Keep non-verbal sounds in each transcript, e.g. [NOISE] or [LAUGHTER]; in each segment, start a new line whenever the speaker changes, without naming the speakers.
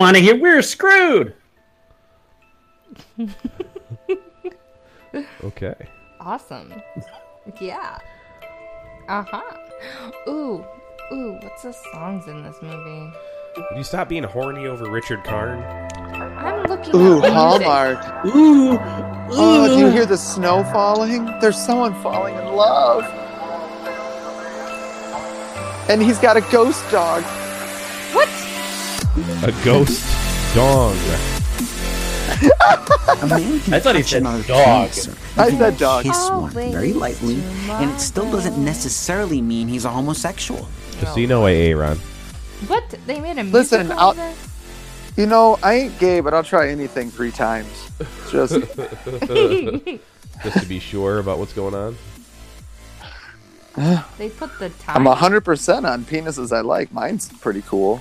want to hear. We're screwed.
[LAUGHS] Okay.
Awesome. Yeah. Uh huh. Ooh. Ooh, what's the songs in this movie?
Would you stop being horny over Richard Karn?
I'm looking
Ooh,
at music.
Hallmark.
Ooh. Ooh.
Oh, do you hear the snow falling? There's someone falling in love. And he's got a ghost dog.
What?
A ghost
[LAUGHS]
dong.
I thought he said dog.
I said dog.
Kiss
Oh,
one
wait,
very lightly, and it still doesn't necessarily mean he's a homosexual.
Just so you know, Aaron.
What? They made a
Listen,
musical
I'll-
of this?
You know, I ain't gay, but I'll try anything three times. Just
[LAUGHS] Uh.
Just to be sure about what's going on.
They put the time.
I'm hundred percent on penises I like. Mine's pretty cool.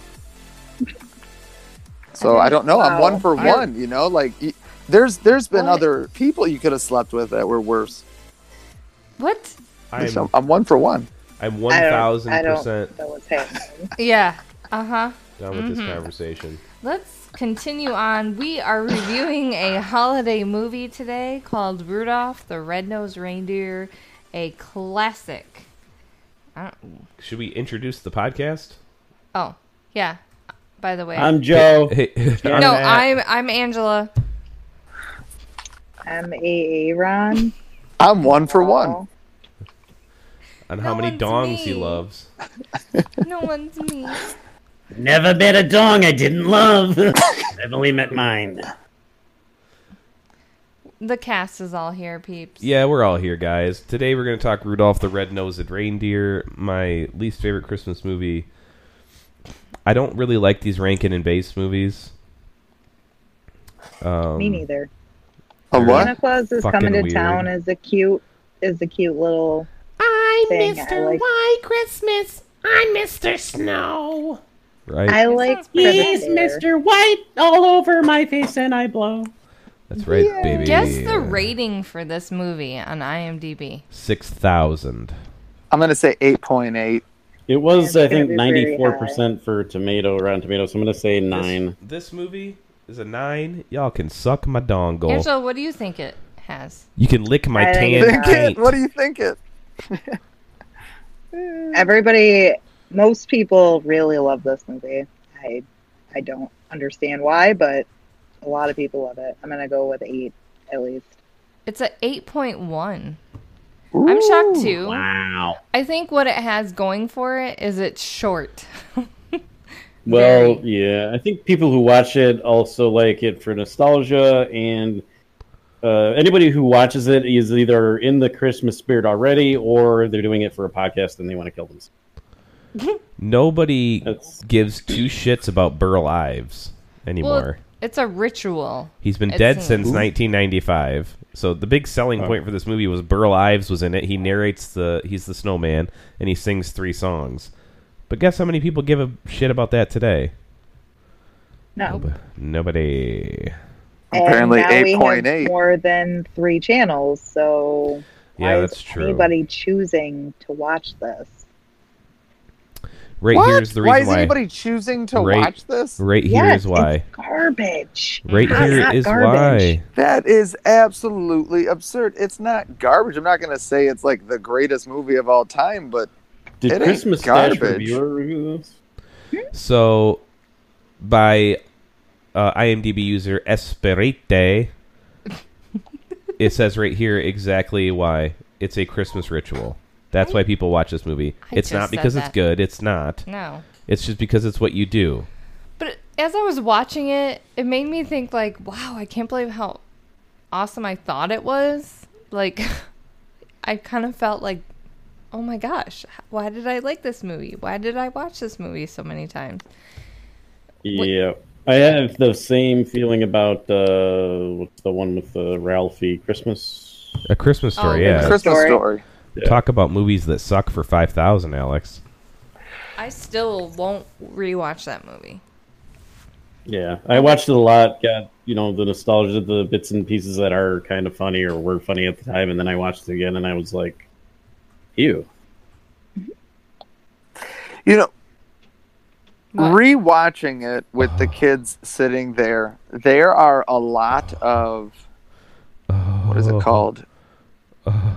So I don't know. I'm one for one. You know, like y- there's there's been
What?
other people you could have slept with that were worse.
What?
I'm
So I'm one for one.
I'm
I
one
don't-
thousand
I don't
percent
know what's happening.
Yeah. Uh huh.
done with
Mm-hmm.
this conversation.
Let's continue on. We are reviewing a holiday movie today called Rudolph the Red-Nosed Reindeer, a classic. I don't,
Should we introduce the podcast?
oh, yeah. By the way,
I'm Joe.
Hey,
Yeah.
no,
Matt.
I'm I'm Angela.
I'm Aaron.
I'm one for one.
[LAUGHS] on
No
how many
one's
dongs he
me.
loves.
No one's me.
Never met a dong I didn't love. [LAUGHS] I've only met mine.
The cast is all here, peeps.
Yeah, we're all here, guys. Today we're going to talk Rudolph the Red-Nosed Reindeer, my least favorite Christmas movie. I don't really like these Rankin and Bass movies. Um,
Me neither.
A
Santa
what?
Claus is
Fucking
coming to
weird.
town is a cute is a cute little. I'm Mr. I like,
Right?
I like
He's
Predator.
Mr. White all over my face and I blow.
That's right, baby.
Guess the rating for this movie on IMDb.
6,000.
I'm gonna say eight point eight.
It was,
Yeah,
I
it's gonna
think,
be very
94% for tomato, Rotten Tomatoes. So I'm going to say
This,
9.
this movie is a 9. Y'all can suck my dongle.
Angela, what do you think it has?
you can lick my
I like
tan
that.
paint.
What do you think it?
Everybody, most people really love this movie. I I don't understand why, but a lot of people love it. I'm gonna go with eight at least.
It's a 8.1. I'm shocked too.
Wow.
I think what it has going for it is it's short.
Well, yeah, I think people who watch it also like it for nostalgia, and uh, anybody who watches it is either in the Christmas spirit already, or they're doing it for a podcast and they want to kill themselves.
Nobody
That's-
gives two shits about Burl Ives anymore.
Well, it's a ritual.
He's been
It
dead
seems.
since 1995. So the big selling point for this movie was Burl Ives was in it. He narrates the he's the snowman and he sings three songs. But guess how many people give a shit about that today?
No,
Nob- Nobody.
And
Apparently
now we have
8.8.
More than three channels, so
Yeah,
why
that's
is
true.
Anybody choosing to watch this?
Right
what?
here's the reason
why
why.
is anybody choosing to
Right.
watch this?
Right
Yes,
here is why.
It's garbage.
Right
Hot,
here
hot
is
garbage.
why.
That is absolutely absurd. It's not garbage. I'm not gonna say it's like the greatest movie of all time, but It
Did
ain't
Christmas Stash
garbage.
reviewer review this?
So by uh, IMDb user Esperite, it says right here exactly why it's a Christmas ritual. That's why people watch this movie.
I
it's
just
not because
said
it's
that. Mm.
good. It's not.
No.
It's just because it's what you do.
But as I was watching it, it made me think like, wow, I can't believe how awesome I thought it was. Like [LAUGHS] I kind of felt like, oh my gosh, why did I like this movie? Why did I watch this movie so many times?
Yeah, I have the same feeling about uh, what's the one with uh, Ralphie Christmas.
A Christmas
Oh,
story,
yeah.
yeah.
Christmas
Story.
story.
Talk about movies that suck for five thousand, Alex.
I still won't rewatch that movie.
Yeah, I watched it a lot. Got you know the nostalgia, the bits and pieces that are kind of funny or were funny at the time, and then I watched it again, and I was like, "Ew."
You know,
What?
Rewatching it with
[SIGHS]
the kids sitting there, there are a lot of what
Oh.
is it called?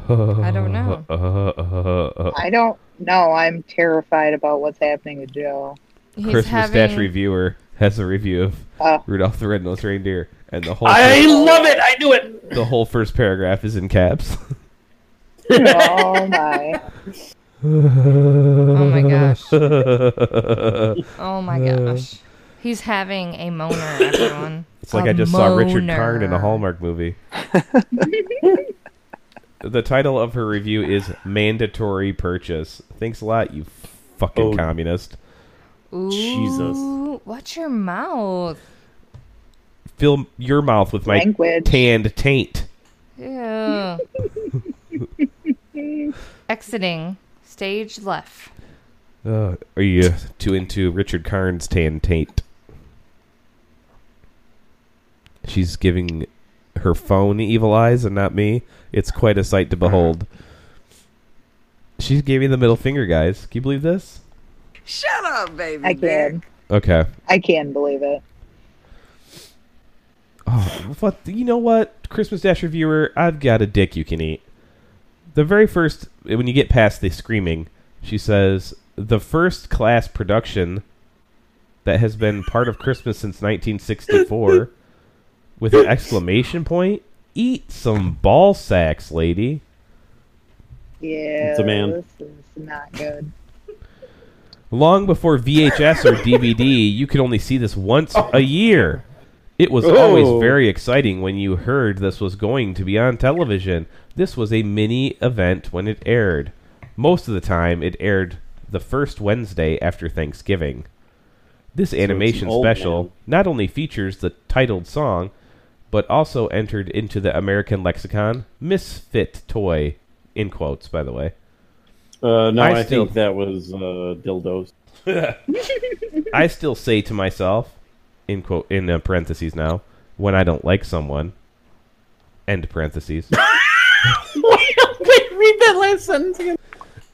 I don't
Uh,
know.
I don't know. I'm terrified about what's happening to Joe.
He's
Christmas Dash
having
reviewer has a review of [LAUGHS]
Oh.
Rudolph the Red-Nosed Reindeer, and the whole
I love it. I knew it.
the whole first paragraph is in caps. [LAUGHS]
Oh my!
Oh
[LAUGHS]
my gosh.
it's
Oh my gosh. He's having a
[COUGHS]
moaner, everyone.
like
I
I just saw Richard Karn in a Hallmark movie. the title of her review is "Mandatory Purchase." Thanks a lot, you fucking
Oh.
communist.
Ooh,
Jesus.
Watch your mouth.
Fill your mouth with my
Language.
tanned taint.
Ew. [LAUGHS] Exiting. Stage left.
Uh, are you too into Richard Karn's tan taint? She's giving her phone evil eyes and not me. It's quite a sight to behold. She gave me the middle finger, guys. Can you believe this?
Shut up, baby.
I can.
Okay.
I can believe it.
Oh, what? You know what, Christmas Dash reviewer? I've got a dick you can eat. The very first, when you get past the screaming, she says, the first class production that has been part of Christmas since 1964, with an exclamation point, eat some ball sacks, lady.
Yeah,
a man.
This is not good.
Long before VHS or DVD, you could only see this once a year. It was
Oh.
always very exciting when you heard this was going to be on television. This was a mini event when it aired. Most of the time, it aired the first Wednesday after Thanksgiving. This animation
old
special
one.
not only features the titled song, but also entered into the American lexicon misfit toy, in quotes, by the way.
Uh, no,
I
I,
still-
think that was uh, dildos.
I still say to myself, in quote in uh, parentheses now, when I don't like someone, end parentheses. [LAUGHS] Wait, read that last sentence again.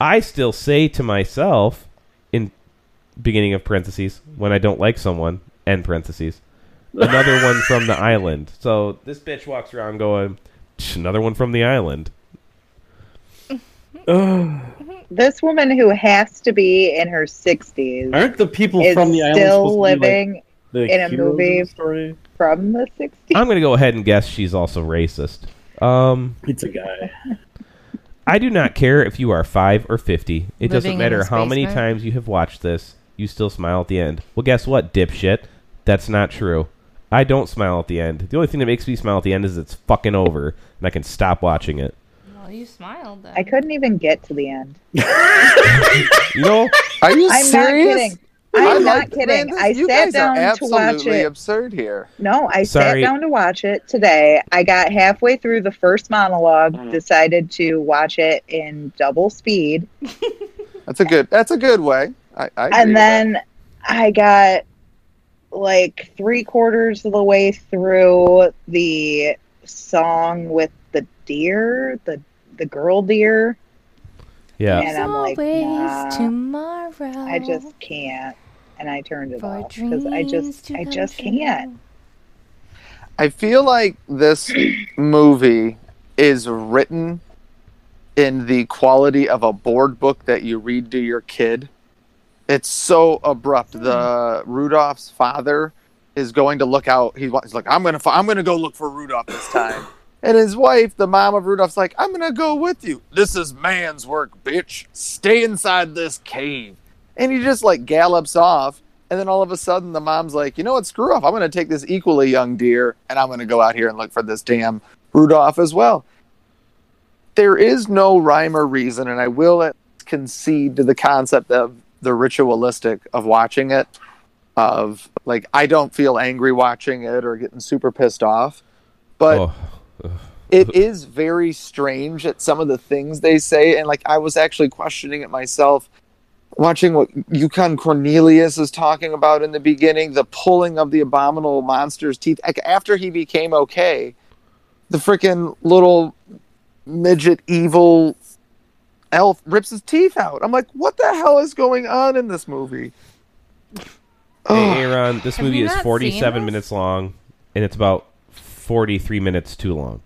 I still say to myself, in beginning of parentheses, when I don't like someone, end parentheses. [LAUGHS] Another one from the island. So this bitch walks around going, "Tch, another one from the island.
This woman who has to be in her 60s
Aren't the people
is
from the island
still
supposed to be, like,
living
the
in a
heroes of
movie?
the Story?
from the 60s.
I'm gonna go ahead and guess she's also racist. Um.
It's a guy.
I do not care if you are five or fifty. It
Living
doesn't
in
matter
his
how many
basement.
times you have watched this. You still smile at the end. Well, guess what, dipshit? That's not true. I don't smile at the end. The only thing that makes me smile at the end is it's fucking over, and I can stop watching it.
Well, you smiled. Though.
I couldn't even get to the end.
You [LAUGHS] know,
Are you
I'm
serious?
not kidding. I'm not
like-
kidding.
Man, this-
I
you
sat
guys are
down to watch
absolutely
it.
absurd here.
No, I
Sorry.
sat down to watch it today. I got halfway through the first monologue,
Mm.
decided to watch it in double speed,
That's a good. That's a good way. I, I agree with
and then I got like three quarters of the way through the song with the deer, the the girl deer,
yeah.
and I'm like,
Always
nah,
tomorrow.
I just can't. And I turned it
for
off because I
dreams
just,
to
I
come
just
true.
can't.
I feel like
[CLEARS THROAT]
this movie is written in the quality of a board book that you read to your kid. It's so abrupt. The
Hmm.
Rudolph's father is going to look out. He wa- He's like, "I'm gonna, fi- I'm gonna go look for Rudolph this
[LAUGHS]
time." and his wife, the mom of Rudolph's, like, "I'm gonna go with you. This is man's work, bitch. Stay inside this cave." And he just like gallops off. And then all of a sudden, the mom's like, you know what? Screw off. I'm going to take this equally young deer and I'm going to go out here and look for this damn Rudolph as well. There is no rhyme or reason. And I will at- concede to the concept of the ritualistic of watching it, of like, I don't feel angry watching it or getting super pissed off. But
Oh,
it is very strange at some of the things they say and like i was actually questioning it myself watching what yukon cornelius is talking about in the beginning the pulling of the abominable monster's teeth like after he became okay the freaking little midget evil elf rips his teeth out i'm like what the hell is going on in this movie
Hey, Aaron, this
Have
movie
we
is
not seen
47
this?
minutes long, and it's about 43 minutes too long.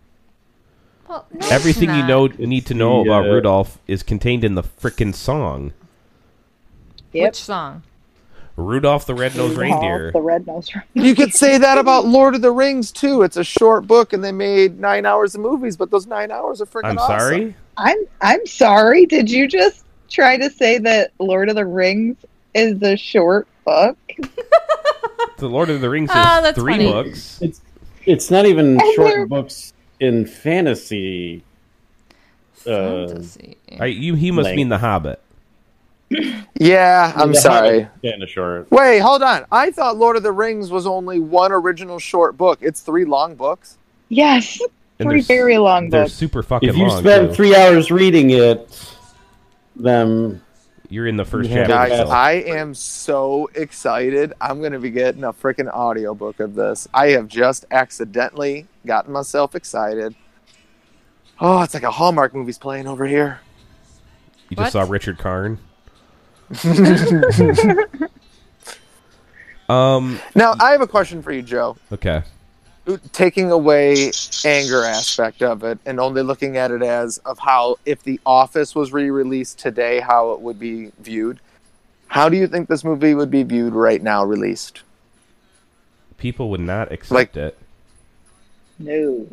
Well, no, it's
Everything you
not.
know need to know
the,
about
uh,
Rudolph is contained in the frickin' song.
Yep.
Which song?
Rudolph the Red-Nosed Reindeer.
The red nose.
You could say that about Lord of the Rings too. It's a short book, and they made nine hours of movies, but those nine hours are freaking.
I'm
awesome.
sorry?
I'm I'm sorry. Did you just try to say that Lord of the Rings is a short book?
The Lord of the Rings
Oh,
has
that's
three
funny.
books.
It's it's not even
And they're-
short books in fantasy. Uh,
Fantasy.
I, you, he must
Length.
mean The Hobbit.
Yeah, I'm
The
sorry.
Hobbit is Kinda short.
Wait, hold on. I thought Lord of the Rings was only one original short book. It's three long books.
Yes.
And
Three
there's-
very long
They're
books.
super fucking
If you
long.
spend
too.
three hours reading it, then
You're in the first
You have
chapter.
Guys,
Yeah.
so-
I am so excited. I'm going to be getting a freaking audiobook of this. I have just accidentally gotten myself excited. Oh, it's like a Hallmark movie's playing over here.
You
What?
just saw Richard Karn.
[LAUGHS]
um.
Now, I have a question for you, Joe.
Okay.
Taking away anger aspect of it and only looking at it as of how if The Office was re-released today, how it would be viewed. How do you think this movie would be viewed right now, released?
People would not accept
Like-
it.
No.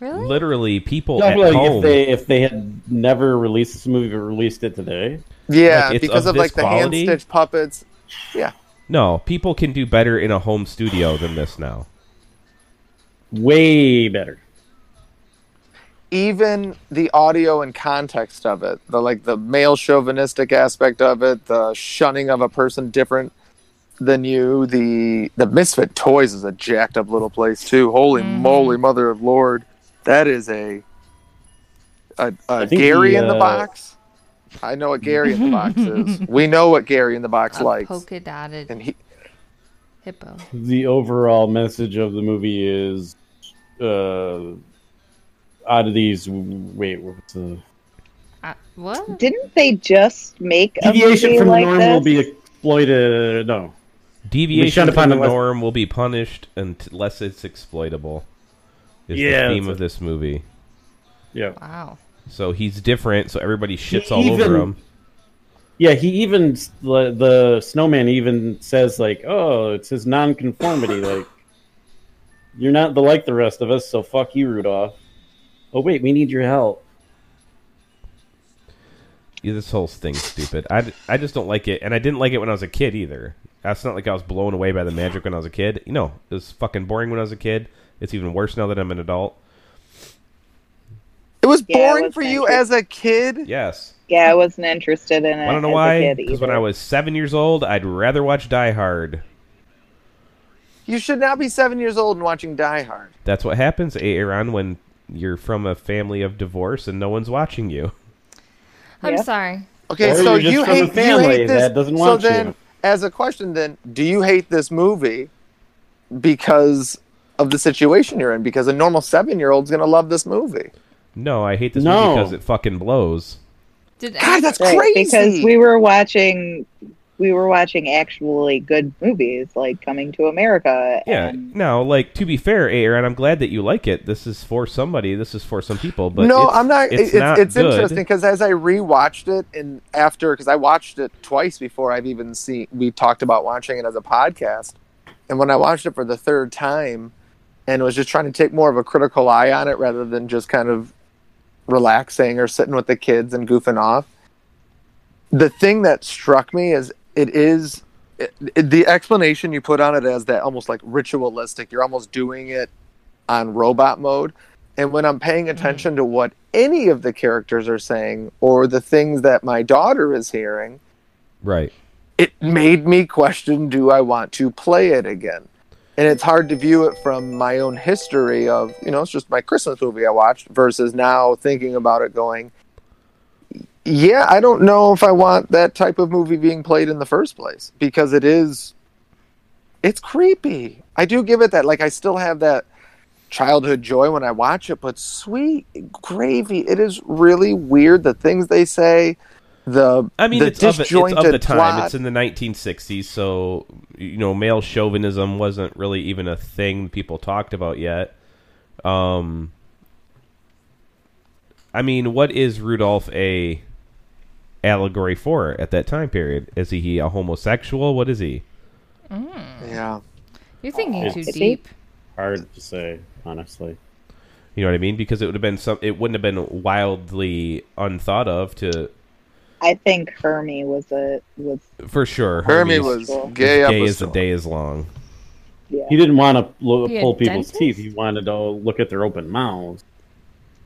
Really?
Literally, people
Talk
at
about, like,
home.
if they if they had never released this movie but released it today,
Yeah,
Like, it's
because
of
of,
this
like the hand
quality?
stitched puppets.
No, people can do better in a home studio than this now.
way better.
even the audio and context of it, the like the male chauvinistic aspect of it, the shunning of a person different than you, the the Misfit Toys is a jacked up little place too. Holy
Mm-hmm.
moly, mother of Lord, that is a a, a
think
Gary
the,
in the
uh,
box. I know what Gary in the
[LAUGHS]
box is. We know what Gary in the box
A
likes,
polka dotted
and he
hippo.
The overall message of the movie is uh, oddities. Wait, what's the
Uh, what?
Didn't they just make a
deviation
movie
from
like
the norm
this?
will be exploited? No,
Deviation
shut
from
upon
the
unless-
norm will be punished unless it's exploitable. Is
Yeah,
the theme
that's
of this movie.
yeah,
Wow.
So he's different. So everybody
E-
shits
He
all over
even-
him.
yeah. He even the, the snowman even says like, "Oh, it's his nonconformity. like, you're not the like the rest of us. So fuck you, Rudolph. Oh wait, we need your help.
Yeah, this whole thing's stupid. I, I just don't like it, and I didn't like it when I was a kid either. That's not like I was blown away by the magic when I was a kid. You know, it was fucking boring when I was a kid. It's even worse now that I'm an adult.
it was
Yeah, it
boring
was
for you
nice.
as a kid.
Yes,
Yeah, I wasn't interested in it.
I don't know
as a
why.
kid
Because when
either.
I was seven years old, I'd rather watch Die Hard.
You should not be seven years old and watching Die Hard.
That's what happens, Aaron, when you're from a family of divorce and no one's watching you. [LAUGHS]
I'm
Yeah.
sorry.
Okay,
Or
so
you're just
you
from a
hate, you
family
hate this.
that doesn't
so
want you.
then, as a question, then, do you hate this movie because of the situation you're in? Because a normal seven-year-old's gonna love this movie.
No, I hate this
No.
movie because it fucking blows.
Did
God, that's
Right,
crazy.
because we were watching we were watching actually good movies like Coming to America.
Yeah.
and-
Now, like to be fair, Aaron, I'm glad that you like it. This is for somebody. This is for some people. But
no,
it's-
I'm not.
It's
It's,
not
it's
good.
interesting because as I rewatched it and after, because I watched it twice before I've even seen. We talked about watching it as a podcast, and when I watched it for the third time, and was just trying to take more of a critical eye on it rather than just kind of relaxing or sitting with the kids and goofing off. The thing that struck me is it is. It, it- the explanation you put on it as that almost like ritualistic, you're almost doing it on robot mode. And when I'm paying attention to what any of the characters are saying or the things that my daughter is hearing,
Right.
it made me question do I want to play it again? And it's hard to view it from my own history of, you know, it's just my Christmas movie I watched versus now thinking about it going, yeah, I don't know if I want that type of movie being played in the first place because it is, it's creepy. I do give it that. Like, I still have that childhood joy when I watch it, but sweet gravy, it is really weird the things they say the
I mean,
the
it's, of, it's of
disjointed
the time.
plot.
It's in the 1960s, so you know, male chauvinism wasn't really even a thing people talked about yet. Um, I mean, what is Rudolph a allegory for at that time period? Is he a homosexual? What is he?
yeah.
You're thinking
Is
too
he?
deep.
Hard to say, honestly.
You know what I mean? Because it would have been some. It wouldn't have been wildly unthought of to
I think Hermie was a was
for sure.
Hermie
Hermes
was
Cool.
gay, up
gay
a
as the
storm.
day is long.
He didn't want to
He a
pull people's
dentist?
teeth. He wanted to look at their open mouths.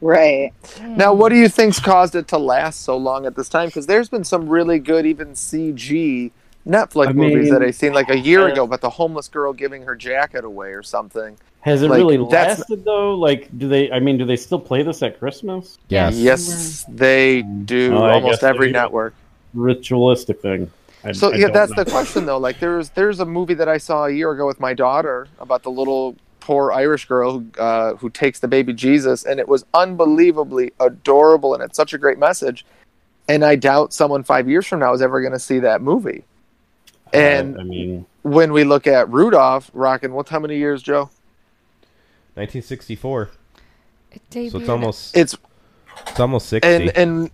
right.
Hmm.
Now, what do you think's caused it to last so long at this time? Because there's been some really good, even CG Netflix
I
movies
mean-
that I seen like a year
Uh,
ago, but the homeless girl giving her jacket away or something.
Has it
Like,
really
that's-
lasted though? Like, do they? I mean, do they still play this at Christmas?
Yes.
Yes, they do.
Oh, I guess
almost
they
every
do.
network.
Ritualistic thing. I,
So
I
yeah,
don't
that's
know.
the question though. Like there's there's a movie that I saw a year ago with my daughter about the little poor Irish girl who uh, who takes the baby Jesus, and it was unbelievably adorable, and it's such a great message. And I doubt someone five years from now is ever going to see that movie. And
Uh, I mean,
when we look at Rudolph rocking, what's how many years, Joe?
1964.
It debuted
So it's almost
It's
it's almost 60.
and and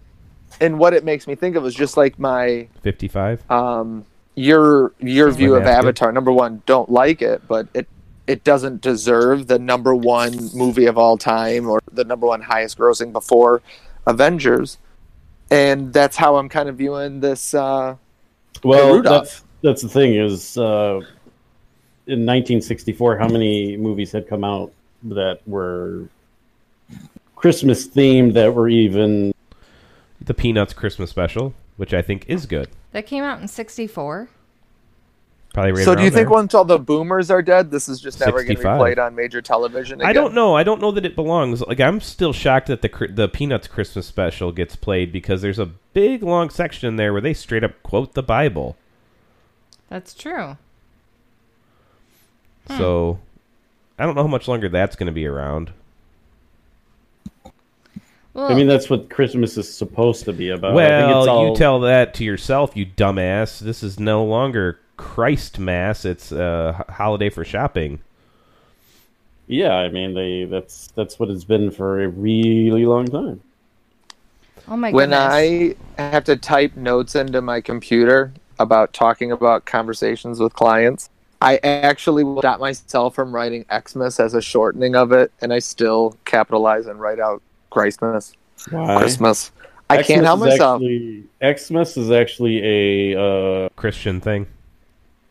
and what it makes me think of is just like my
55.
um, your your view of
Wouldn't have to.
Avatar. Number one, don't like it, but it it doesn't deserve the number one movie of all time or the number one highest grossing before Avengers. And that's how I'm kind of viewing this. Uh,
well,
Rudolph.
that's that's the thing is, uh, in 1964, how many movies had come out that were Christmas themed that were even
The Peanuts Christmas special, which I think is good.
That came out in '64.
Probably right
so, do you
around
think
there.
once all the boomers are dead, this is just never going to be
65.
played on major television? Again?
I don't know. I don't know that it belongs. Like I'm still shocked that the Cr- the Peanuts Christmas special gets played because there's a big long section in there where they straight up quote the Bible.
That's true.
So I don't know how much longer that's going to be around.
Well,
I mean, that's what Christmas is supposed to be about. Uh, I think
well,
it's all-
you tell that to yourself, you dumbass. This is no longer Christ Mass. It's a h- holiday for shopping.
Yeah, I mean, they that's that's what it's been for a really long time.
oh my
when
goodness.
I have to type notes into my computer about talking about conversations with clients, I actually will stop myself from writing Xmas as a shortening of it, and I still capitalize and write out Christmas.
Why?
Christmas. I can't help myself.
Actually, Xmas is actually a uh,
Christian thing.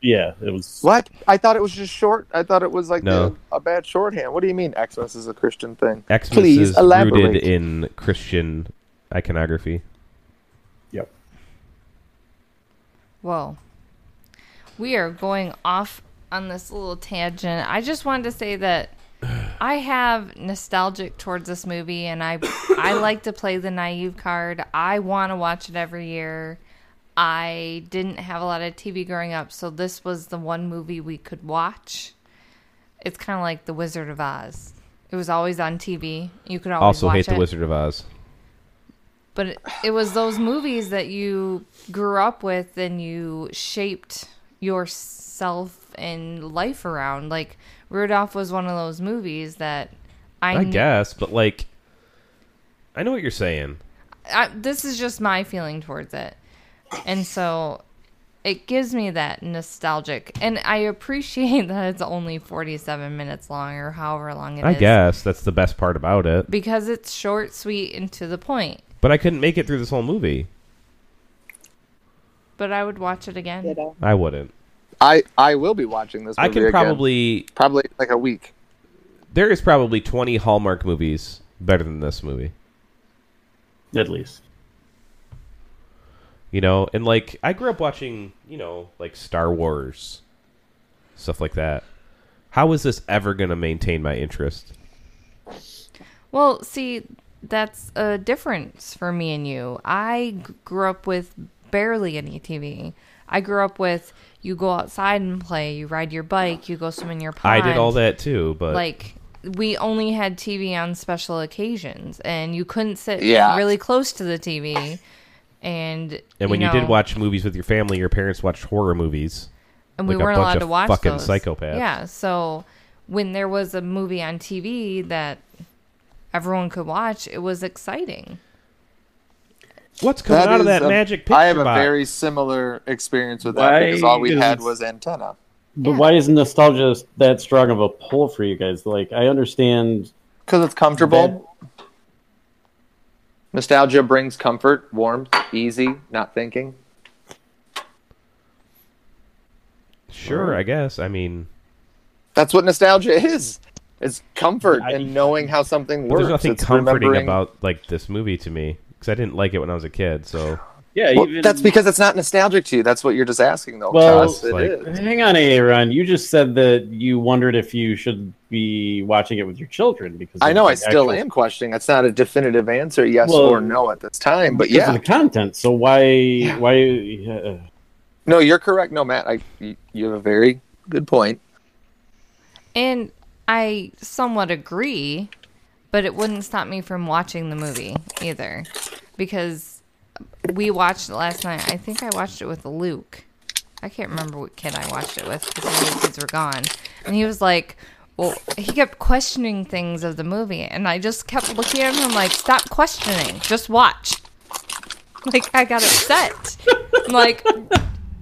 yeah. It was
What? I thought it was just short. I thought it was like
No.
the- a bad shorthand. What do you mean Xmas is a Christian thing?
Xmas
Please
is
elaborate.
rooted in Christian iconography.
Yep.
Whoa. We are going off on this little tangent. I just wanted to say that I have nostalgic towards this movie and I I like to play the naive card. I want to watch it every year. I didn't have a lot of TV growing up, so this was the one movie we could watch. It's kind of like The Wizard of Oz. It was always on TV. You could always
also
watch
hate
it
the Wizard of Oz.
but it, it was those movies that you grew up with and you shaped yourself and life around. Like Rudolph was one of those movies that I,
I
kn-
guess, but like, I know what you're saying.
I, this is just my feeling towards it. And so it gives me that nostalgic. And I appreciate [LAUGHS] that it's only 47 minutes long or however long it is.
I guess that's the best part about it.
Because it's short, sweet, and to the point.
But I couldn't make it through this whole movie.
But I would watch it again.
Ditto.
I wouldn't.
I I will be watching this. Movie
I can
again.
probably.
probably like a week.
There is probably 20 Hallmark movies better than this movie.
at least
You know, and like I grew up watching, you know, like Star Wars, stuff like that. How is this ever going to maintain my interest?
Well, see, that's a difference for me and you. I g- grew up with barely any TV. I grew up with you go outside and play, you ride your bike, you go swim in your
I
pond.
did all that too, but
Like we only had TV on special occasions, and you couldn't sit
Yeah.
really close to the TV and
And when you,
know,
did watch movies with your family, your parents watched horror movies.
and we
like a
weren't
bunch
allowed
of
to watch
fucking
those.
psychopaths.
Yeah, so when there was a movie on TV that everyone could watch, it was exciting.
What's coming out of
is
that
a-
magic picture
I have a
box?
very similar experience with that
Why
because all we
is-
had was antenna.
But
Yeah.
why is nostalgia that strong of a pull for you guys? Like, I understand.
Because it's comfortable. Nostalgia brings comfort, warmth, easy, not thinking.
Sure, I guess. I mean,
That's what nostalgia is. It's comfort
I-
and knowing how something
but
works.
there's nothing
It's
comforting
remembering-
about like this movie to me because I didn't like it when I was a
[LAUGHS]
kid. So [LAUGHS]
Yeah,
Well, that's because it's not nostalgic to you. That's what you're just asking, though.
Well,
Toss. It
like-
is.
Hang on, Aaron. You just said that you wondered if you should be watching it with your children because
I
of
know.
the
I still
actual-
am questioning. That's not a definitive answer, yes
Well,
or no, at this time. But
because
yeah,
of the content. So why why uh,
no, you're correct. No, Matt, I, you, you have a very good point.
And I somewhat agree, but it wouldn't stop me from watching the movie either. Because we watched it last night. I think I watched it with Luke. I can't remember what kid I watched it with because the other kids were gone. And he was like, well, he kept questioning things of the movie. And I just kept looking at him like, stop questioning. Just watch. [LAUGHS] Like, I got upset. I'm like,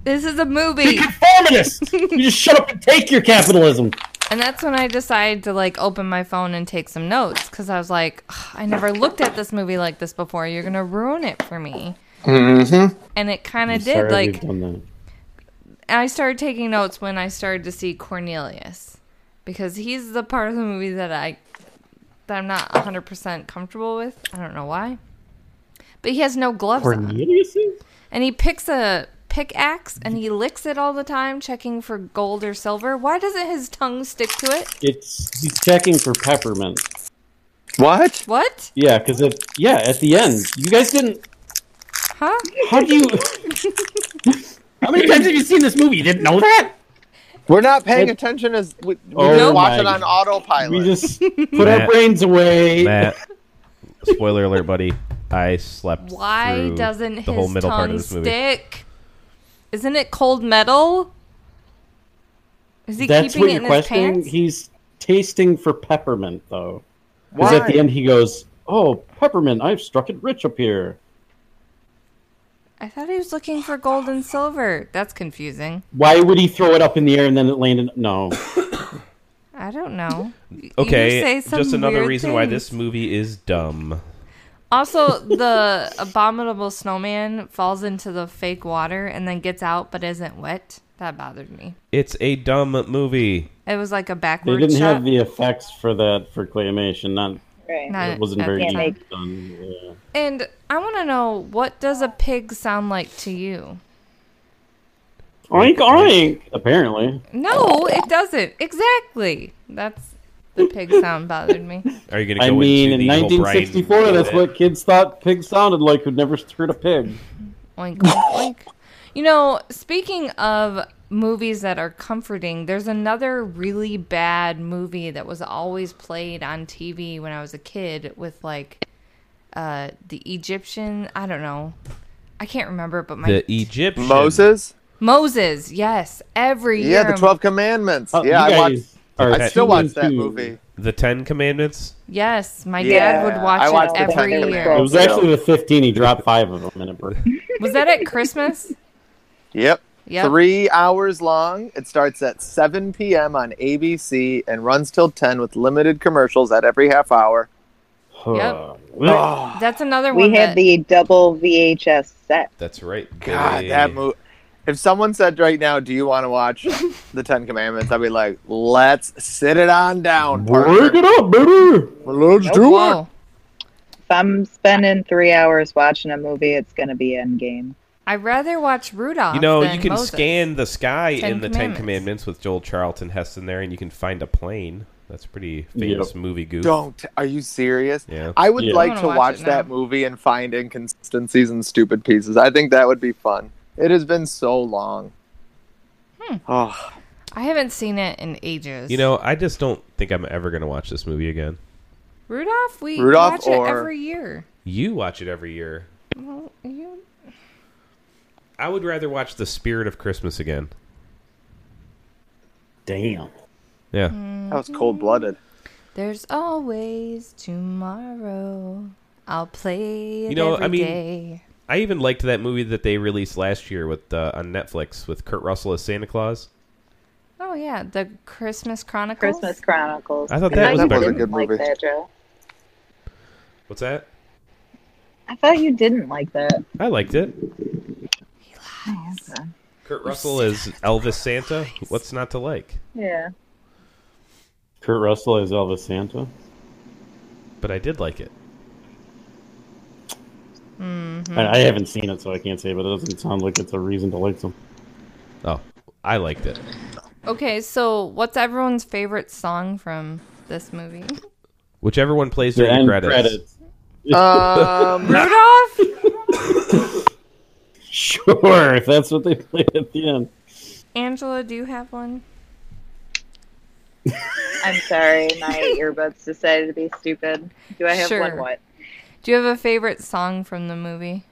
this is a movie.
[LAUGHS]
conformist? you just shut up and take your capitalism.
And that's when I decided to like open my phone and take some notes because I was like, "Ugh, I never looked at this movie like this before. You're gonna ruin it for me.
Mm-hmm.
And it kind of did.
Sorry,
Like
we've done that.
I started taking notes when I started to see Cornelius because he's the part of the movie that I that I'm not 100 percent comfortable with. I don't know why, but he has no gloves on,
Cornelius.
and he picks a pickaxe and he licks it all the time, checking for gold or silver. Why doesn't his tongue stick to it?
It's he's checking for peppermint.
What?
What?
Yeah, because it. Yeah, at the end, you guys didn't.
Huh?
How do you? how many times have you seen this movie? You didn't know that?
We're not paying
It-
attention as we, we
Oh
just
my
watch it
God.
on
[LAUGHS]
autopilot.
We just put our
Matt.
brains away.
Matt, [LAUGHS] spoiler alert, buddy, I slept.
Why
through
doesn't
the
his
whole middle
tongue
part of this movie?
stick? Isn't it cold metal? Is he
That's
keeping
what
it
you're
in his
questioning.
pants?
He's tasting for peppermint, though. Because at the end, he goes, "Oh, peppermint! I've struck it rich up here."
I thought he was looking for gold and silver. That's confusing.
Why would he throw it up in the air and then it landed? No,
I don't know. You
Okay,
say some
just another
weird
reason why
things.
this movie is dumb.
Also, the abominable snowman falls into the fake water and then gets out but isn't wet. That bothered me.
It's a dumb movie.
It was like a
they
backward
didn't
shot.
have the effects for that for claymation. Not
Right.
Not
it wasn't
at
very
the time.
easily done. Yeah.
And I want to know what does a pig sound like to you?
Oink oink! Apparently,
No, it doesn't. Exactly. That's the pig sound bothered me.
Are you going to
I
go
mean,
into
in
the whole Brian
1964, that's what kids thought pigs sounded like who'd never screwed a pig.
Oink, oink,
[LAUGHS]
oink. You know, speaking of movies that are comforting, there's another really bad movie that was always played on TV when I was a kid with like uh the Egyptian, I don't know. I can't remember, but my
the E- Egyptian
Moses?
Moses, yes, every year.
Yeah, the
I'm-
Twelve Commandments.
Oh,
yeah,
you
I watched.
guys are
I still watch that
too-
movie.
the Ten Commandments.
Yes, my
Yeah,
dad would
I
watch
watched
it
the
every
Tiger
year.
It
King.
was actually the 15. He dropped five of them in a
[LAUGHS]
break.
Was that at Christmas?
Yep.
Yep.
Three hours long. It starts at 7 p.m. on ABC and runs till 10 with limited commercials at every half hour.
Yep.
Well,
Ah,
That's another one.
We
that-
had the double VHS set.
That's right.
God,
Billy.
that movie. If someone said right now, "Do you want to watch the Ten Commandments?" I'd be like, "Let's sit it on down,
Break
partner.
it up, baby!
Let's do it."
Whoa.
If I'm spending three hours watching a movie, it's going to be Endgame.
I'd rather watch Rudolph.
You know, you
than
can
Moses.
scan the sky
Ten
in the Ten
Commandments.
Commandments with Joel Charlton Heston there, and you can find a plane. That's a pretty famous movie goof.
Don't. Are you serious?
Yeah.
I would
Yeah.
like
I wanna
to
watch
watch
it
that
now.
movie and find inconsistencies and stupid pieces. I think that would be fun. It has been so long.
Hmm.
Oh,
I haven't seen it in ages.
You know, I just don't think I'm ever going to watch this movie again.
Rudolph. We
Rudolph
watch
or-
it every year.
You watch it every year.
Well, you-
I would rather watch The Spirit of Christmas again.
Damn.
Yeah.
Hmm.
That was cold blooded.
There's always tomorrow. I'll play it
You know,
every
I mean-
day.
I even liked that movie that they released last year with uh, on Netflix with Kurt Russell as Santa Claus.
Oh yeah, the Christmas Chronicles.
Christmas Chronicles.
I thought that
I
was
you
better.
didn't
That was a good
like
movie.
that, Joe.
What's that?
I thought you didn't like that.
I liked it.
Nice.
Kurt Russell is Elvis Santa. What's not to like?
Yeah.
Kurt Russell as Elvis Santa.
But I did like it. Mm-hmm.
I, I haven't seen it, so I can't say, but it doesn't sound like it's a reason to like something.
Oh, I liked it.
Okay, so what's everyone's favorite song from this
[LAUGHS]
movie?
Whichever one plays during the, credits.
Mm-hmm.
Um,
Rudolph.
Sure, [LAUGHS] if that's what they played at the end.
Angela, do you have one?
I'm sorry. My earbuds decided to be stupid. Do I have
Sure.
one what?
Do you have a favorite song from the movie?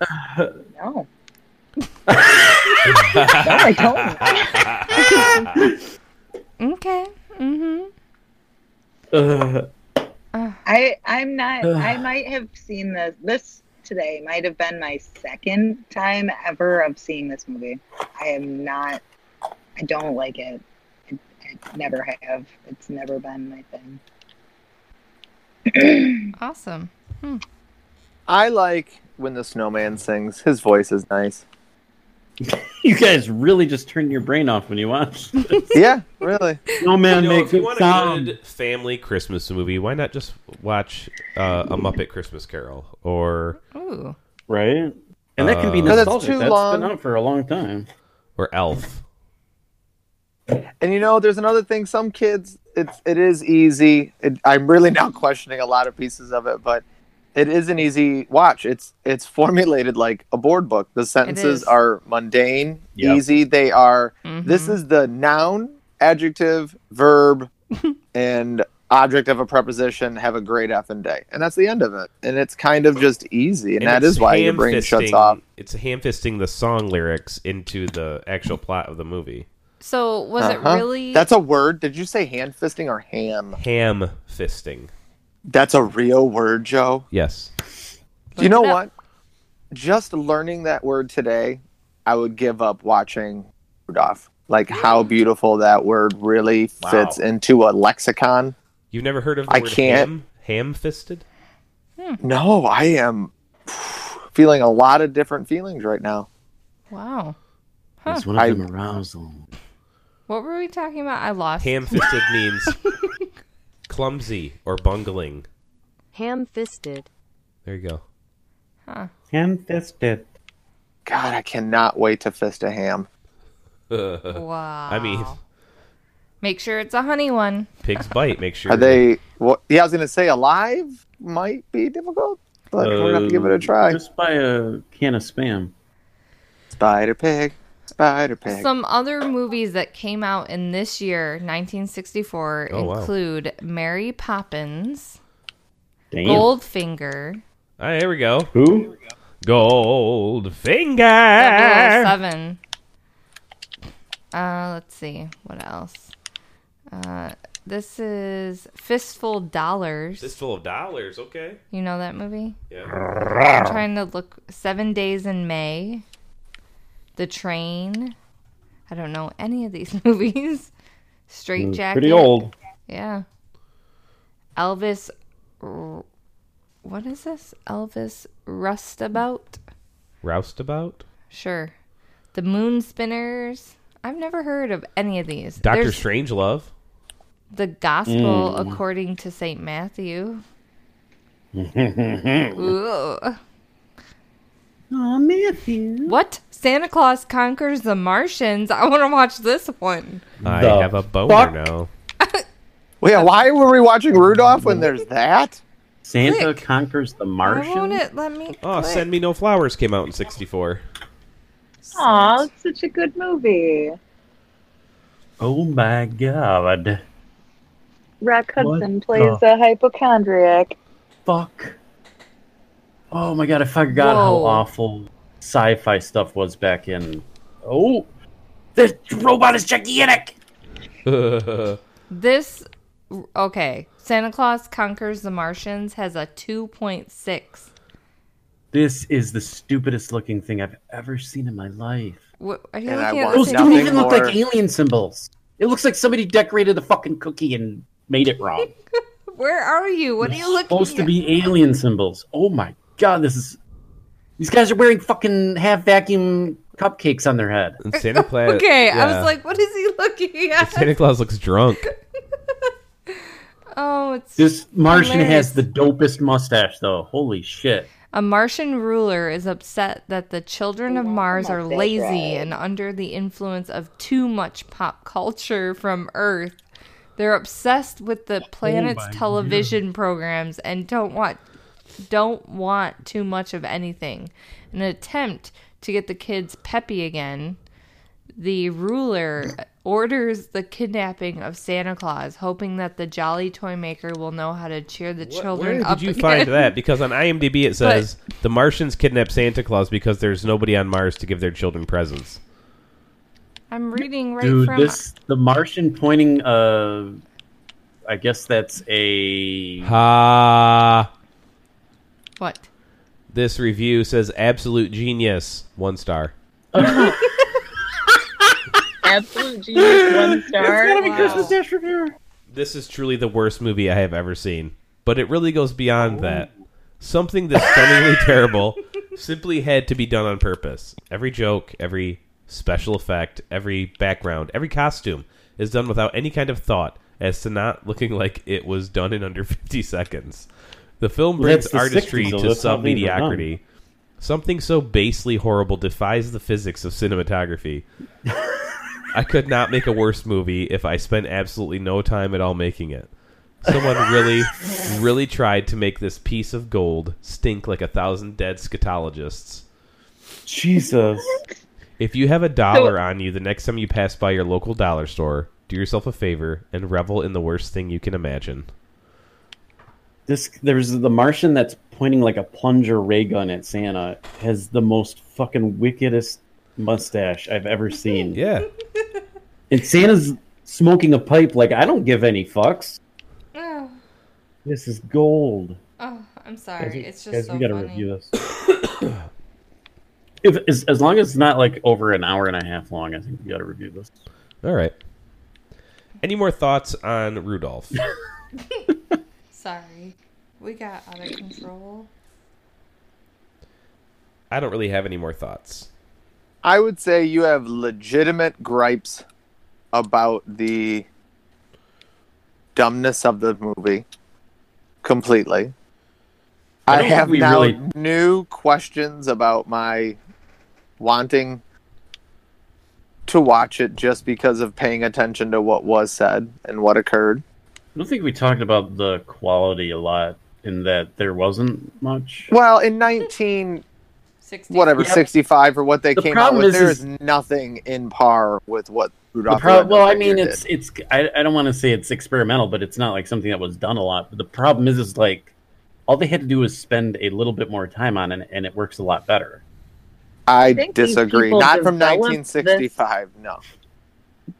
[LAUGHS]
No. no, I don't.
Okay. Mm-hmm.
[LAUGHS]
Uh,
I I'm not. I might have seen this. This today might have been my second time ever of seeing this movie. I am not. I don't like it. I, I never have. It's never been my thing.
Awesome.
I like when the snowman sings. His voice is nice.
you guys really just turned your brain off when you
[LAUGHS]
watched.
Yeah, really.
No man
You know,
make
if you
good
want
sound.
a good family Christmas movie, why not just watch uh, a Muppet Christmas Carol or
Ooh.
Right? And that can be
Uh, No,
that's
nostalgic.
too
that's
long.
been out for a long time.
or Elf?
And you know, there's another thing. Some kids, it's it is easy. It, I'm really [LAUGHS] now questioning a lot of pieces of it, but it is an easy watch. It's it's formulated like a board book. The sentences
is.
are mundane,
Yep.
easy. They are. This
Mhm.
is the noun, adjective, verb, and object of a preposition. Have a great effing day, and that's the end of it. And it's kind of just easy, and, that
it's
is why your brain shuts
ham-fisting-
off.
It's ham fisting the song lyrics into the actual plot of the movie.
So was
Uh-huh.
it really?
That's a word. Did you say hand fisting or ham?
Ham fisting.
That's a real word, Joe.
Yes.
Do you know
it up.
what? Just learning that word today, I would give up watching Rudolph. Like how beautiful that word really fits into a lexicon.
You've never heard of the
I
word
can't.
ham? Ham fisted?
Hmm. No, I am feeling a lot of different feelings right now.
wow.
It's one
of
of
I- them
them arousal.
What were we talking about? I lost.
Ham fisted
[LAUGHS]
means clumsy or bungling.
Ham fisted.
There you go.
Hand fisted.
God, I cannot wait to fist a ham.
[LAUGHS] Wow.
I mean,
make sure it's a honey one.
pigs bite. Make sure
Are they? What? Yeah, I was gonna say alive might be difficult, but we're gonna have to give it a try.
Uh, Just buy a can of spam.
Spider pig, spider pig.
Some other movies that came out in this year, 1964,
Oh, wow.
include Mary Poppins,
Damn.
Goldfinger,
All right, here we go.
Who?
Double
Gold Ah.
O
finger.
Seven. Uh, let's see what else. Uh, this is Fistful Dollars.
This full of dollars. Okay.
You know that movie?
Yeah.
I'm trying to look. Seven Days in May. The Train. I don't know any of these [LAUGHS] movies. Straight Jacket.
Pretty old.
Yeah. Elvis. R- What is this? Elvis Rustabout?
Roustabout.
Sure. The Moon Spinners. I've never heard of any of these.
Doctor
There's
Strange Love.
the Gospel according to St. Matthew. Ugh.
Oh, Matthew.
What? Santa Claus conquers the Martians? I want to watch this one.
I
The
have a boner
fuck?
now.
Well, yeah, why were we watching Rudolph when there's that?
Santa
Click.
conquers the
Why won't
Martian.
it let me?
Oh,
click?
Send Me No Flowers came out in '64.
Aw, it's such a good movie.
Oh my god.
Rock Hudson
What
plays a hypochondriac.
Fuck. Oh my god, I forgot how
Whoa.
awful sci-fi stuff was back in. Oh,
This robot is gigantic.
This okay. Santa Claus Conquers the Martians has a 2.6.
this is the stupidest looking thing I've ever seen in my life.
What, are you
And I
looking at
want
the
Those
same-
don't
nothing
even look
more.
like alien symbols. It looks like somebody decorated a fucking cookie and made it
[LAUGHS]
wrong.
Where are you? What are you looking
supposed to
at?
be alien symbols. Oh my god, this is. These guys are wearing fucking half vacuum cupcakes on their head.
And
[LAUGHS]
Santa Claus.
Okay, I
yeah.
was like, what is he looking at?
Santa Claus looks drunk.
Oh, it's
This Martian
Hilarious.
has the dopest mustache, though. Holy shit.
a Martian ruler is upset that the children of Mars are
mustache
lazy
ride.
and under the influence of too much pop culture from Earth. They're obsessed with
Oh,
the planet's
my
television programs and don't want don't want too much of anything. In an attempt to get the kids peppy again, the ruler orders the kidnapping of Santa Claus, hoping that the jolly toy maker will know how to cheer the children
Where
up
did
[LAUGHS]
you
again.
find that? Because on IMDb it says the Martians kidnap Santa Claus because there's nobody on Mars to give their children presents.
I'm reading right
Dude,
from
this. The Martian pointing, uh. I guess that's a.
Ha!
what?
this review says absolute genius. One star.
Absolute genius, one star. Wow.
Dash reviewer.
This is truly the worst movie I have ever seen, but it really goes beyond that. Something that's
[LAUGHS]
stunningly terrible simply had to be done on purpose. Every joke, every special effect, every background, every costume is done without any kind of thought as to not looking like it was done in under [LAUGHS] 50 seconds. The film
Well, that's
brings
the
artistry
60s, though.
to
That's how
sub
things were done.
mediocrity. Something so basely horrible defies the physics of cinematography. I could not make a worse movie if I spent absolutely no time at all making it. Someone really, really tried to make this piece of gold stink like a thousand dead scatologists.
Jesus.
If you have a dollar on you the next time you pass by your local dollar store, do yourself a favor and revel in the worst thing you can imagine.
This there's the Martian that's pointing like a plunger ray gun at Santa has the most fucking wickedest mustache I've ever seen.
Yeah.
And Santa's smoking a pipe like I don't give any fucks.
Oh,
This is gold.
oh, I'm sorry.
Guys, we-
it's
guys,
just so
we gotta
funny.
review this. [COUGHS] if as, as long as it's not like over an hour and a half long, I think we gotta review this.
All right. Any more thoughts on Rudolph?
Sorry, we got out of control.
I don't really have any more thoughts.
I would say you have legitimate gripes about the dumbness of the movie completely.
I
I,
don't think
have
we
now
really-
new questions about my wanting to watch it just because of paying attention to what was said and what occurred.
I don't think we talked about the quality a lot in that there wasn't much.
Well, in 19
Sixty.
whatever
Yep.
65 or what they
The
came out
problem
with,
is-
there
is-
is nothing in par with what
The
Rudolph. the
pro-
Red-Nosed
well, I
Reindeer
mean,
did.
it's it's. I, I don't want to say it's experimental, but it's not like something that was done a lot. But the problem is, is like all they had to do was spend a little bit more time on it, and it works a lot better.
I
think these
disagree.
people
Not from
developed
1965. No.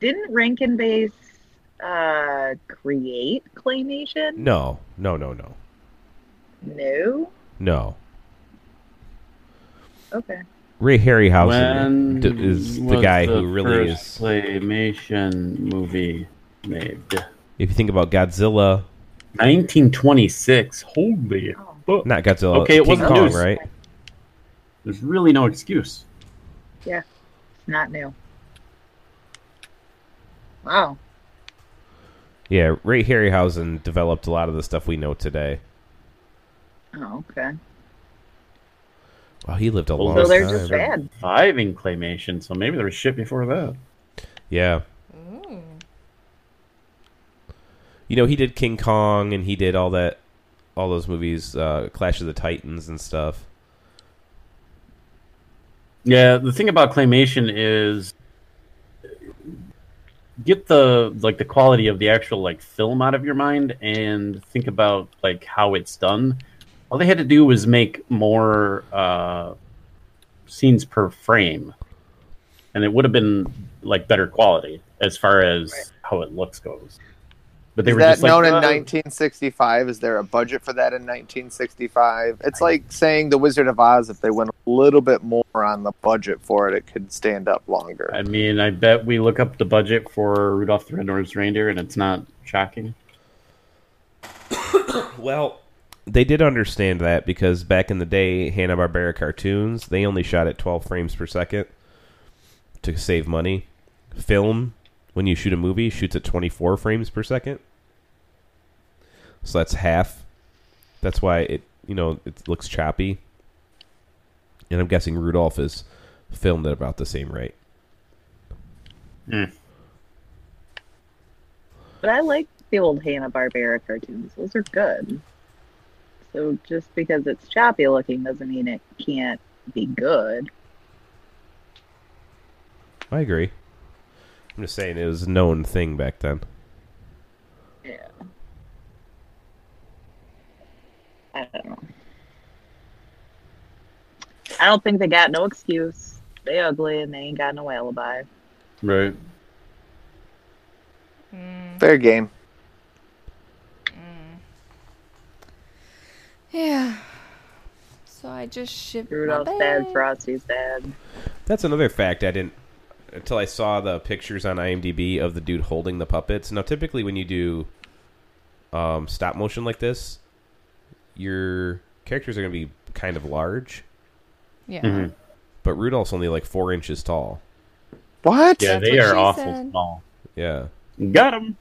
Didn't Rankin Bass uh, create claymation?
No, no, no, no,
No.
no.
Okay.
Ray Harryhausen d- is the
was
guy who really
first
is.
claymation movie made?
If you think about Godzilla,
1926. Holy, fuck.
not Godzilla,
Okay, it
King
wasn't
Kong,
news.
right?
there's really no excuse.
It's not new. Wow.
Yeah, Ray Harryhausen developed a lot of the stuff we know today.
Oh, okay.
Wow, he lived a
Well,
long
So
time.
they're just bad.
Five in claymation, so maybe there was shit before that.
Yeah,
Mm.
you know, he did King Kong and he did all that, all those movies, uh, Clash of the Titans and stuff.
Yeah, the thing about claymation is get the like the quality of the actual like film out of your mind and think about like how it's done. All they had to do was make more uh scenes per frame, and it would have been like better quality as far as how it looks goes. But they
Is
were
that
just like,
known in
"Uh,
1965? Is there a budget for that in 1965? It's like saying The Wizard of Oz. If they went a little bit more on the budget for it, it could stand up longer.
I mean, I bet we look up the budget for Rudolph the Red-Nosed Reindeer, and it's not shocking.
Well, they did understand that because back in the day, Hanna Barbera cartoons they only shot at 12 frames per second to save money. Film, when you shoot a movie, shoots at 24 frames per second. So that's half. That's why it you know it looks choppy. And I'm guessing Rudolph is filmed at about the same rate.
But I like the old Hanna Barbera cartoons. Those are good. So just because it's choppy looking doesn't mean it can't be good.
I agree. I'm just saying it was a known thing back then.
Yeah. I don't know. I don't think they got no excuse. They ugly and they ain't got no alibi.
Right.
Fair game.
Yeah. So I just shipped my
Rudolph's bad,
bag.
Frosty's bad.
That's another fact I didn't until I saw the pictures on IMDb of the dude holding the puppets. Now, typically when you do um, stop motion like this, your characters are going to be kind of large,
Yeah.
Mm-hmm.
but Rudolph's only like four inches tall.
What?
Yeah,
That's
they
what
are
she
awful
said.
small.
Yeah,
Got him.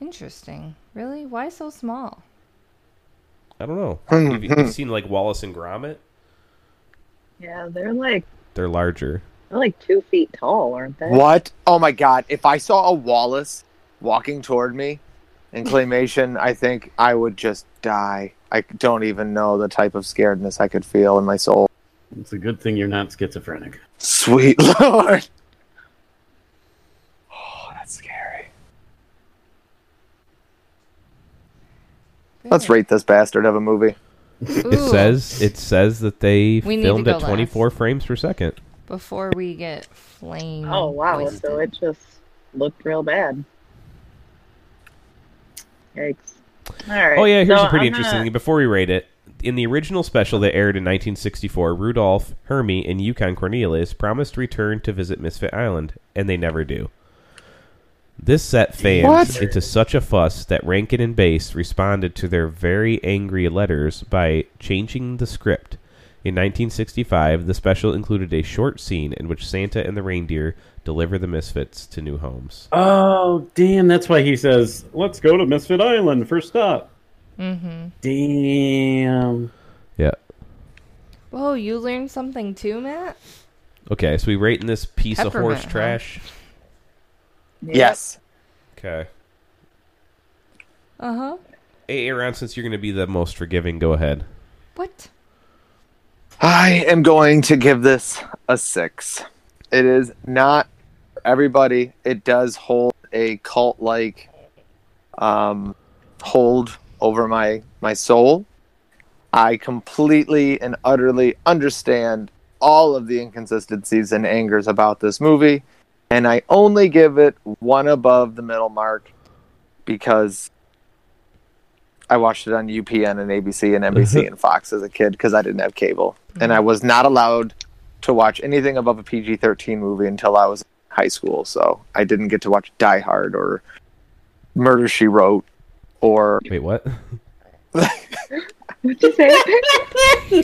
Interesting. Really? Why so small?
I don't know. Have you, have you seen like Wallace and Gromit?
Yeah, they're like
They're larger.
they're like two feet tall, aren't they?
What? Oh my god! If I saw a Wallace walking toward me in claymation, I think I would just die. I don't even know the type of scaredness I could feel in my soul.
It's a good thing you're not schizophrenic.
Sweet [LAUGHS] lord. Oh, that's scary. Let's
Really?
rate this bastard of a movie.
It
Ooh,
says it says that they
We need to
filmed
go
at 24 frames per second.
before we get flame.
Oh wow, so
wasted.
it just looked real bad. Yikes. All right.
Oh yeah, here's
so
a pretty
I'm
interesting
gonna-
thing. Before we rate it, in the original special that aired in 1964, Rudolph, Hermie, and Yukon Cornelius promised to return to visit Misfit Island, and they never do. This set fans
What?
into such a fuss that Rankin and Bass responded to their very angry letters by changing the script. In 1965, the special included a short scene in which Santa and the reindeer deliver the misfits to new homes.
Oh damn! That's why he says, "Let's go to Misfit Island first stop." Mm-hmm. Damn.
Yeah.
Whoa, Oh, you learned something too, Matt?
Okay, so we rating this piece of
Peppermint,
horse
huh?
trash.
Yes.
Okay.
Uh huh.
Hey, Aaron, since you're going to be the most forgiving, go ahead.
What?
I am going to give this a six. It is not for everybody. It does hold a cult like um, hold over my, my soul. I completely and utterly understand all of the inconsistencies and angers about this movie. And I only give it one above the middle mark because I watched it on UPN and ABC and
Mm-hmm.
NBC and Fox as a kid because I didn't have cable, and I was not allowed to watch anything above a PG thirteen movie until I was in high school. So I didn't get to watch Die Hard or Murder She Wrote or
Wait, what?
[LAUGHS]
[LAUGHS]
What'd you say?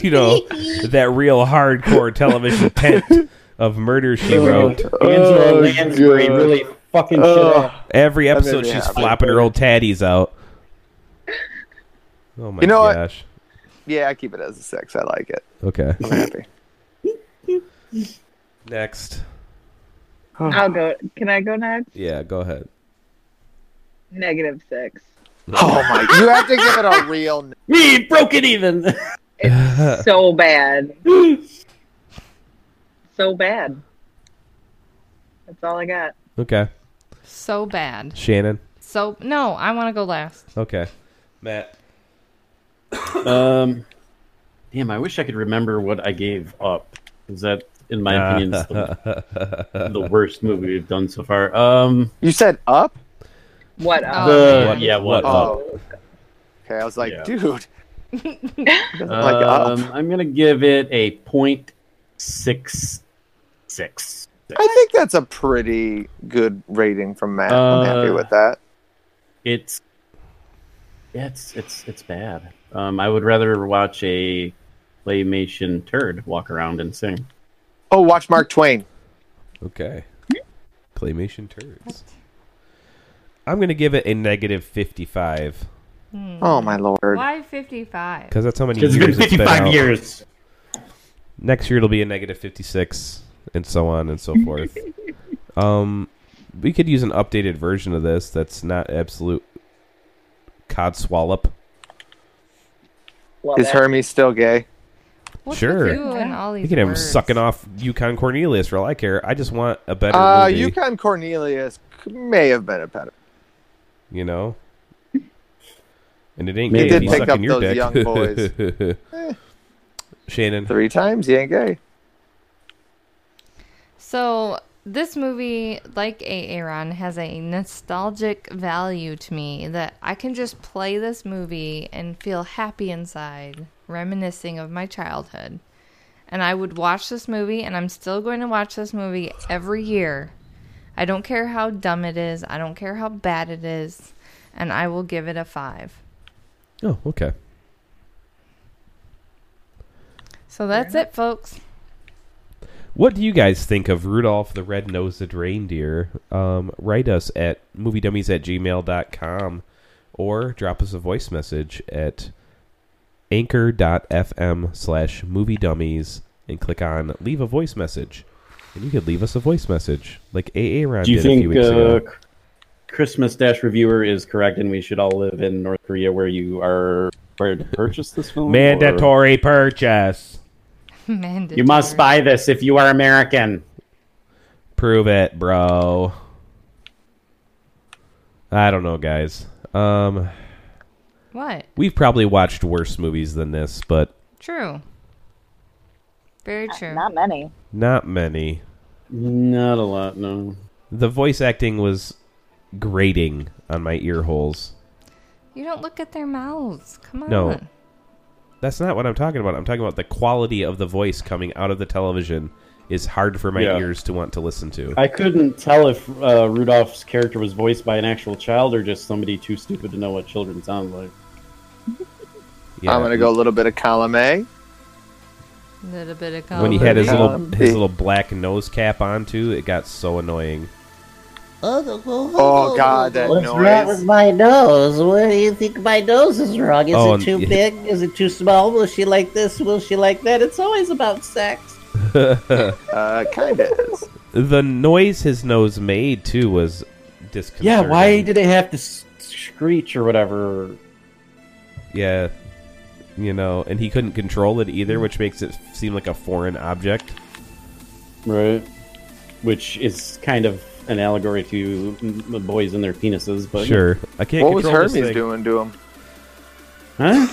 you know,
[LAUGHS]
that real hardcore television tent of murder she wrote.
Angela
Oh,
Lansbury
God.
really fucking shit
Ugh.
up.
Every
made
episode,
me
she's
happy.
flopping her old tatties out. Oh my
You know what?
gosh.
yeah, I keep it as a six. I like it.
Okay.
[LAUGHS]
I'm happy.
Next.
I'll go. Can I go next?
Yeah, go ahead.
Negative six.
oh my! You have to give it a real. n-
We broke it even. [LAUGHS]
Uh.
It's
[GASPS]
so bad. So bad. That's all I got.
Okay.
So bad.
Shannon.
So, no, I want to go last.
Okay. Matt.
Um, damn, I wish I could remember what I gave up. Is that, in my opinion, is [LAUGHS] the,
[LAUGHS]
the worst movie we've done so far? Um,
You said up?
What
Oh,
up?
the
What-
yeah, what?
what
up?
Oh. Okay, I was like,
Yeah.
dude. Doesn't like up.
Um, I'm gonna give it a point six six.
I think that's a pretty good rating from Matt. I'm happy
Uh,
with that.
It's yeah, it's it's it's bad. Um, I would rather watch a claymation turd walk around and sing.
Oh, watch Mark Twain.
Okay. Claymation turds. I'm gonna give it a negative fifty-five
Oh my lord.
Hmm. Why 55?
because that's how many
It's been
years it's been
55
out.
years.
Next year it'll be a negative fifty-six, and so on and so
[LAUGHS]
forth. um, we could use an updated version of this. That's not absolute codswallop.
Love
Is
it.
Hermes still gay?
What's
Sure.
With you and all these
You can have him
words?
sucking off Yukon Cornelius for all I care. I just want a better
Uh,
movie.
Yukon Cornelius c- may have been a pedophile.
you know. And it ain't
He
gay
did
if he's
pick
sucking
up
your
those
dick.
young
[LAUGHS]
boys. Eh.
Shannon,
Three times, he ain't gay.
So this movie, like Aaron, has a nostalgic value to me that I can just play this movie and feel happy inside, reminiscing of my childhood. And I would watch this movie, and I'm still going to watch this movie every year. I don't care how dumb it is. I don't care how bad it is. And I will give it a five.
oh okay,
So that's it, folks. [LAUGHS]
what do you guys think of Rudolph the Red-Nosed Reindeer? Um, write us at moviedummies at gmail or drop us a voice message at anchor.fm slash movie dummies and click on leave a voice message. And you could leave us a voice message like Aaron
Do you
did a few
think
weeks
uh,
ago.
C- Christmas Dash Reviewer is correct, and we should all live in North Korea where you are required to purchase this film? or-
Mandatory purchase.
Mandatory.
You must buy this if you are American.
Prove it, bro. I don't know, guys. Um,
What?
we've probably watched worse movies than this, but
True.
Uh,
Very true.
Not many.
not many.
Not a lot, no.
The voice acting was grating on my ear holes.
You don't look at their mouths. Come on.
No. That's not what I'm talking about. I'm talking about the quality of the voice coming out of the television is hard for my
Yeah.
ears to want to listen to.
I couldn't tell if uh, Rudolph's character was voiced by an actual child or just somebody too stupid to know what children sound like.
Yeah.
I'm gonna go a little bit of column A.
little bit of color.
When he had his
color.
little
Um,
his little black nose cap on too, it got so annoying.
Oh god, that
What's wrong with
noise.
my nose? Where do you think my nose is wrong? Is
Oh, and-
it too big? Is it too small? Will she like this? Will she like that? It's always about sex.
Uh, kinda is.
The noise his nose made too was disconcerting.
Yeah, why did it have to s- screech or whatever?
Yeah, you know, and he couldn't control it either, which makes it seem like a foreign object.
Right. Which is kind of an allegory to mm, the boys and their penises, but
Sure, I can't.
What was
control this
Hermes
thing.
doing to him?
Huh?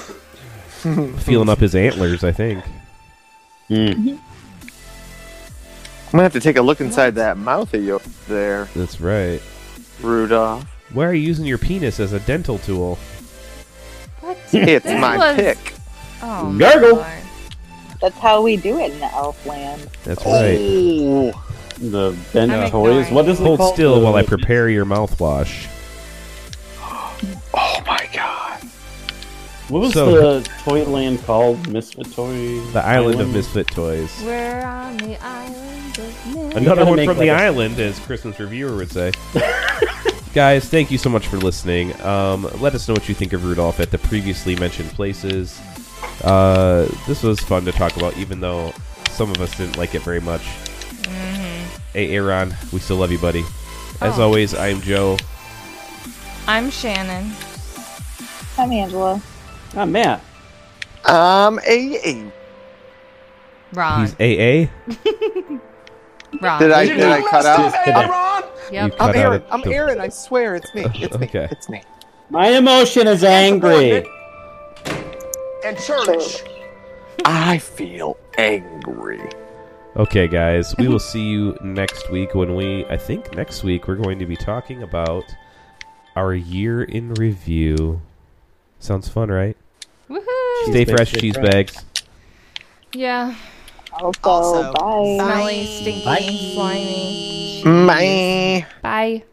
Feeling up his antlers, I think.
I'm gonna have to take a look inside that mouth of yours there,
That's right.
Rudolph.
Why are you using your penis as a dental tool?
What?
It's
This
my
was-
pick.
Oh, my
Gargle.
Lord.
That's how we do it in elf land.
Oh.
That's right.
Ooh.
The bent
I'm
toys.
ignoring
What is it
Hold
called?
still
The-
while I prepare your mouthwash.
Oh my god.
What was
So-
the Toyland called? Misfit Toy.
The island of misfit toys.
We're on the island of men.
Another
gotta
one
make
from
like
the
a-
island, as Christmas reviewer would
[LAUGHS]
say. Guys, thank you so much for listening. Um, let us know what you think of Rudolph at the previously mentioned places. Uh, this was fun to talk about, even though some of us didn't like it very much. Hey, Aaron, we still love you, buddy. As
Oh.
always, I am Joe.
I'm Shannon.
I'm Angela.
Ah, Matt.
Um, a
Ron.
He's AA.
Ron.
did I did I cut out?
Disconnect.
Yep.
You
I'm
cut out
Aaron.
at
I'm
the-
Aaron. I swear, it's me. It's me.
Okay.
It's me.
My emotion is angry.
and church.
I feel angry.
Okay, guys, we will see you next week when we, I think next week, we're going to be talking about our year in review. Sounds fun, right?
Woohoo!
Stay fresh, cheese bags.
Yeah.
Also,
bye. Smelly, stinky, slimy.
Bye.
Bye.